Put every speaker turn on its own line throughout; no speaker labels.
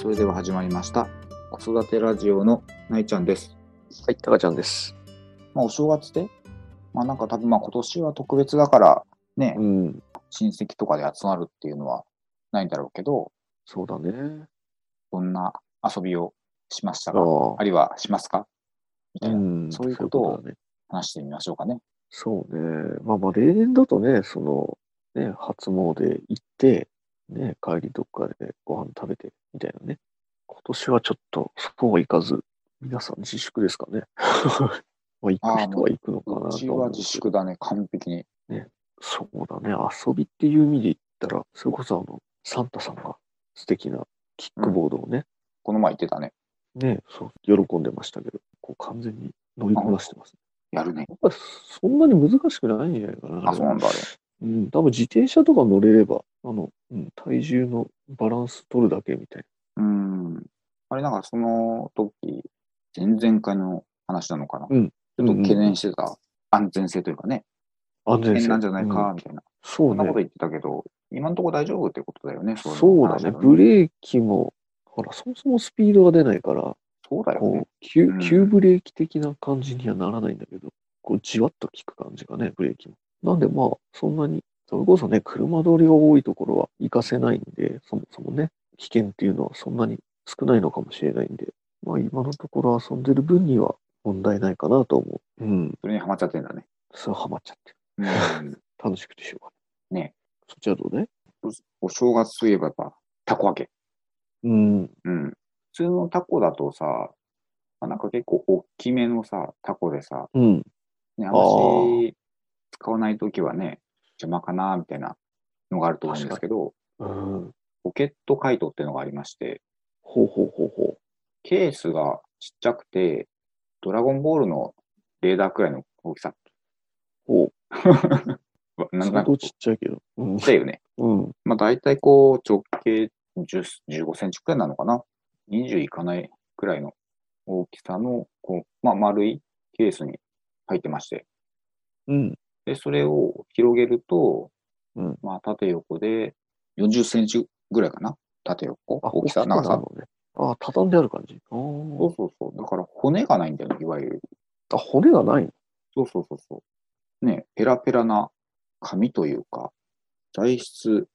それでは始まりました。子育てラジオのないちゃんです。
はい、タカちゃんです。
まあ、お正月で、まあなんか多分まあ今年は特別だから、ね、
うん、
親戚とかで集まるっていうのはないんだろうけど、
そうだね。
どんな遊びをしました
あ
か
あ
あるいはしますかみたいな、
ん
そういうことを
そうだね。
話してみましょうかね。
そうね。まあまあ、例年だとね、その、ね、初詣行って、ね、帰りどっかでご飯食べて、みたいなね。今年はちょっと、そうはいかず、皆さん自粛ですかね。 まあ、行く人は行くのかなと思
う
うけ
ち
ど
は自粛だね、完璧に。
そうだね、遊びっていう意味で言ったら、それこそあの、サンタさんが素敵なキックボードをね、
この前言ってたね。
ね、そう、喜んでましたけど、こう完全に乗りこなしてます。
やるね。
やっぱりそんなに難しくないんじゃないかな。
あ、そうなんだ、あれ。
うん、多分自転車とか乗れれば、あの、うん、体重のバランス取るだけみたい
うん。あれ、なんかその時、前々回の話なのかな。
うん
ちょっと懸念してた安全性というかね、
な。安
危
全性。
険なんじゃない
うん
か、みたいな。
そ
そ
うん
な
ね
こと。言ってたけど、今のところ大丈夫ってことだよね、い
そうだね。
話
ブレーキも、ほら、そもそもスピードが出ないから、
そうだよ
こ
ね
う。急
うん
急ブレーキ的な感じにはならないんだけど、こうじわっと効く感じがね、ブレーキも。なんでまあ、そんなに、それこそね、車通りが多いところは行かせないんで、そもそもね、危険っていうのはそんなに少ないのかもしれないんで、まあ今のところ遊んでる分には問題ないかなと思う。うん、
それにハマっちゃってんだね。
そうハマっちゃってる。
うん、
楽しくてしょうがない。
ね。
そっちはどうね
お正月といえばやっぱ、たこ揚げ。
うん、
うん。普通のタコだとさ、まあなんか結構大きめのさ、タコでさ、
うん、
ね、あん
あー
まし使わないときはね、邪魔かな、みたいなのがあると思うんですけど、
うん。
ポケットカイトっていうのがありまして、
ほうほうほうほ
ケースがちっちゃくて、ドラゴンボールのレーダーくらいの大きさ。
う。ほう。
わなん
相
か、
当
ちっ
ちっちゃいけど。うん。
ちゃいよね。
うん。
まあ大体こう直径10 15センチくらいなのかな。20いかないくらいの大きさの、こう、まあ丸いケースに入ってまして。
うん。
で、それを広げると、
うん
まあ縦横で40センチぐらいかな。縦横
あ、
大きさ
な
長
の
さ。
ね。あ、畳んである感じ。あ
そ
ー
うそうそう。だから骨がないんだよね、いわゆる。
あ、骨がないの。
そうそうそうそう。ね、ペラペラな紙というか、材質、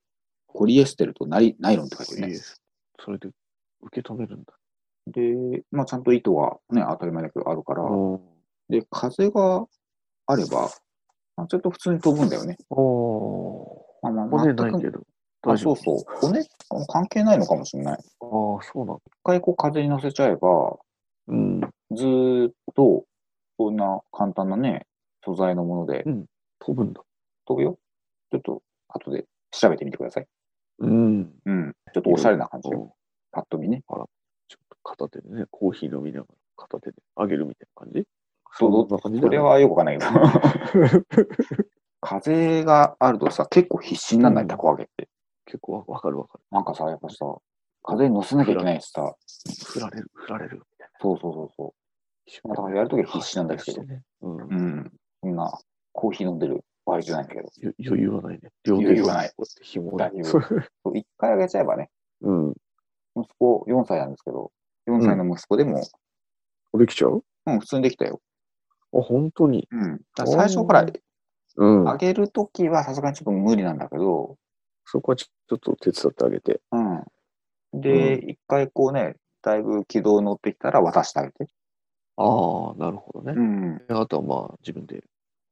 ポリエステルとナイナイロンって書いてあるね。
それで受け止めるんだ。
で、まあちゃんと糸はね、当たり前だけどあるから、
うん
で、風があれば、まあ、ちょっと普通に飛ぶんだよね。
あー
まあまあ、
骨
全
ない
く
けど。
あそうそう。骨、関係ないのかもしれない。一
う。ああ、そうなんだ。
回こう風に乗せちゃえば、
うん。
ずーっと、こんな簡単なね、素材のもので
飛ぶんだ。
飛ぶよ。ちょっと、後で調べてみてください。
うん。
うん。ちょっとおしゃれな感じ
ち
よ。
ょ
パッと見ね。
っと片手でね、コーヒー飲みながら片手で上げるみたいな感じ
そう
そんな感じ
そ
だよね
れはよくわかんないけど。 風があるとさ、結構必死になんな
う
い、
ん
たこ揚げって。
結構わわかるわかる。
なんかさ、やっぱさ、風に乗せなきゃいけないしさ、
振られる、振られるみたい
そうそうそうそ
な。
だからやるときは必死なんだけど
ね。うん。
う。うん。そんな、コーヒー飲んでる場合じゃないんだけど。
よ余裕はないね。両
余裕はない
こうやって紐を
だいぶそう一回あげちゃえばね、
うん。
息子4歳なんですけど、4歳の息子でも、
これ来ちゃう
うん、普通にできたよ。
あ、本当に。
うん。だから最初から
うん
あげるときはさすがにちょっと無理なんだけど、
そこはちょっと手伝ってあげて。
うん。で、一回こうね、だいぶ軌道乗ってきたら渡してあげて。
ああ、なるほど
う
ね。
ん。
あとはまあ自分で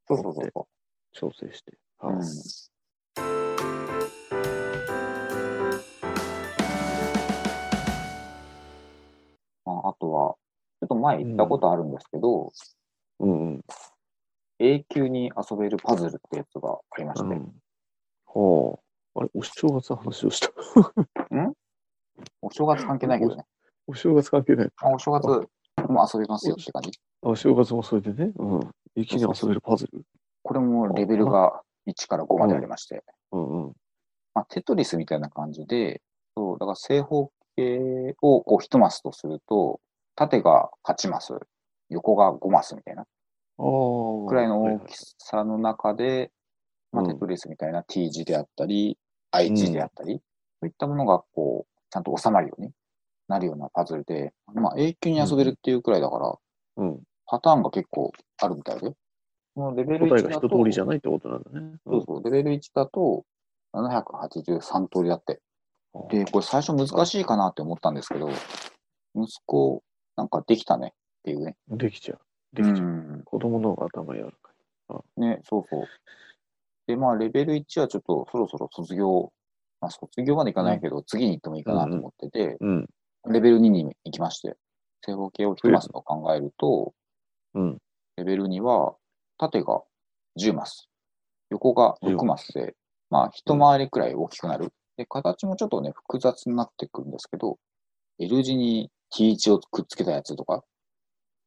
そうそうそうそう。
調整して。
うん
はい
まあ、あとは、ちょっと前行ったことあるんですけど、
うんうん。
永久に遊べるパズルってやつがありまして、
うんはあ。あれ、お正月の話をした。
お正月関係ないけどね、
お正月関係ない。
あお正月も遊べますよって感じ。
あお正月もそれでね。うん。一気に遊べるパズル。
これもレベルが1から5までありまして、
うんうん。
まあ、テトリスみたいな感じで、そうだから正方形をこう1マスとすると、縦が8マス、横が5マスみたいな。
ああ。
くらいの
はい
大
はい
きさの中で、まあ、
うん
テトリスみたいな T 字であったり、I 字であったり、そういったものがこう、ちゃんと収まるようになるようなパズルで、まあ、永久に遊べるっていうくらいだから、
うん。
パターンが結構あるみたいで。もうレベル
答え
1
が
だ
一
と
通りじゃないってことなんだね。
そうそう、レベル1だと783通りだって。で、これ最初難しいかなって思ったんですけど、息子、なんかできたねっていうね。
できちゃう。できちゃう。
うん
子供の方が頭やるか
ね、そうそう。で、まあ、レベル1はちょっとそろそろ卒業、まあ、卒業までいかないけど、次に行ってもいいかなと思ってて、
ら。うん。
レベル2に行きまして、正方形を1マスと考えると、
うん。
レベル2は縦が10マス、横が6マスで、まあ、一回りくらい大きくなる。で、形もちょっとね、複雑になってくるんですけど、L 字に T 字をくっつけたやつとか、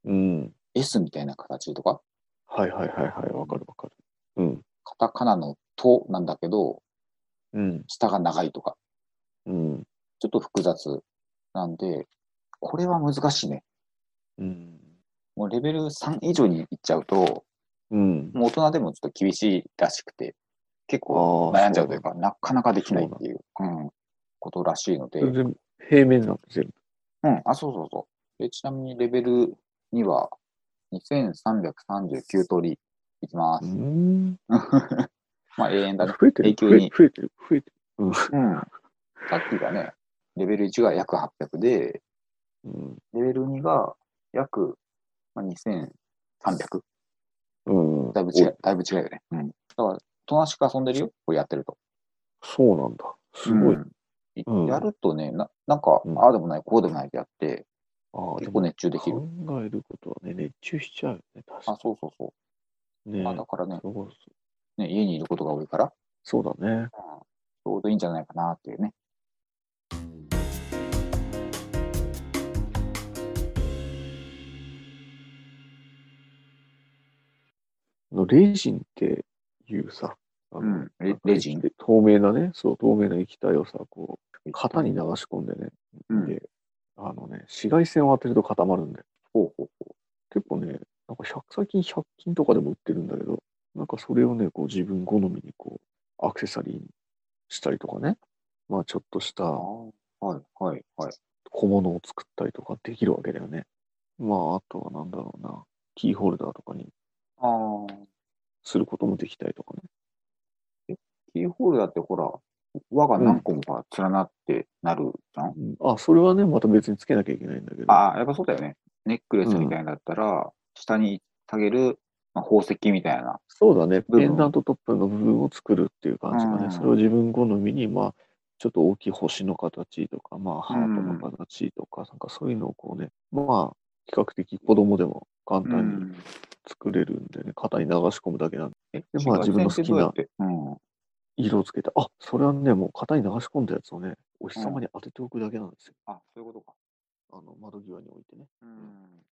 うん。
S みたいな形とか、
はいはいはいはい。わかるわかる。うん。
カタカナのとなんだけど、
うん。
下が長いとか、
うん。
ちょっと複雑なんで、これは難しいね。
うん。
もうレベル3以上に行っちゃうと、
うん。
もう大人でもちょっと厳しいらしくて、結構
ああ。
悩んじゃうというか、なかなかできないっていう、うん、ことらしいので、
そうなんだ。全部平面なの全部。
うん、あ、そうそうそう。でちなみにレベル2は2339通りいきます。
うん。
まあ永 遠だね。
増えてる。
永久に
増えてる。増えてる。うん。
うん。さっきがね、レベル1が約800で、
うん
レベル2が約まあ2300。
うん。
だいぶ違う、だいぶ違うよね。うん。だから、となしく遊んでるよ、これやってると。
お。そうなんだ。すごい。
い
うん
やるとね、ななんか、
うん
ああでもない、こうでもないってやって、
ああ、で
結構
も
熱中できる。
考えることはね、熱中しちゃうよね。確
あ
か、
そうそうそ
に
う。
ね。
まあ、だからね
すごい
ね、家にいることが多いから、
そうだね。
ちょうどいいんじゃないかなっていうね。
あのレジンっていうさ、あの
うん。レレジン。
透明なね、そう、透明な液体をさ、こう、型に流し込んでね、
うん
で、あのね、紫外線を当てると固まるんだよ。
ほうほうほ
結構ね、なんか100最近100均とかでも売ってるんだけど、なんかそれをね、こう自分好みにこう、アクセサリーにしたりとかね、まあちょっとした
う。ああ。はいはいはい。
小物を作ったりとかできるわけだよね。まあ、あとはなんだろうな、キーホルダーとかに
ああ。
することもできたりとかね。
キーホルダーってほら、輪が何個もが連なってなるじゃん、
あ、それはね、また別につけなきゃいけないんだけど。
ああ、やっぱそうだよね。ネックレスみたいなのだったら、下に下げる、まあ、宝石みたいな。
そうだね。
部分
ペンダントトップの部分を作るっていう感じか
うん
ね。それを自分好みに、まあ、ちょっと大きい星の形とか、まあ、ハートの形とか、なんかそういうのをこうね、まあ、比較的子供でも簡
う
単に
ん。
作れるんでね、型に流し込むだけなんで、
え、
でまあ自分の好
紫
きな
外線ってどうやって。うん。
色をつけて、あ、それはね、もう型に流し込んだやつをね、お日様に当てておくだけなんですよ。
あ、そういうことか。
あの、窓際に置いてね。
うん。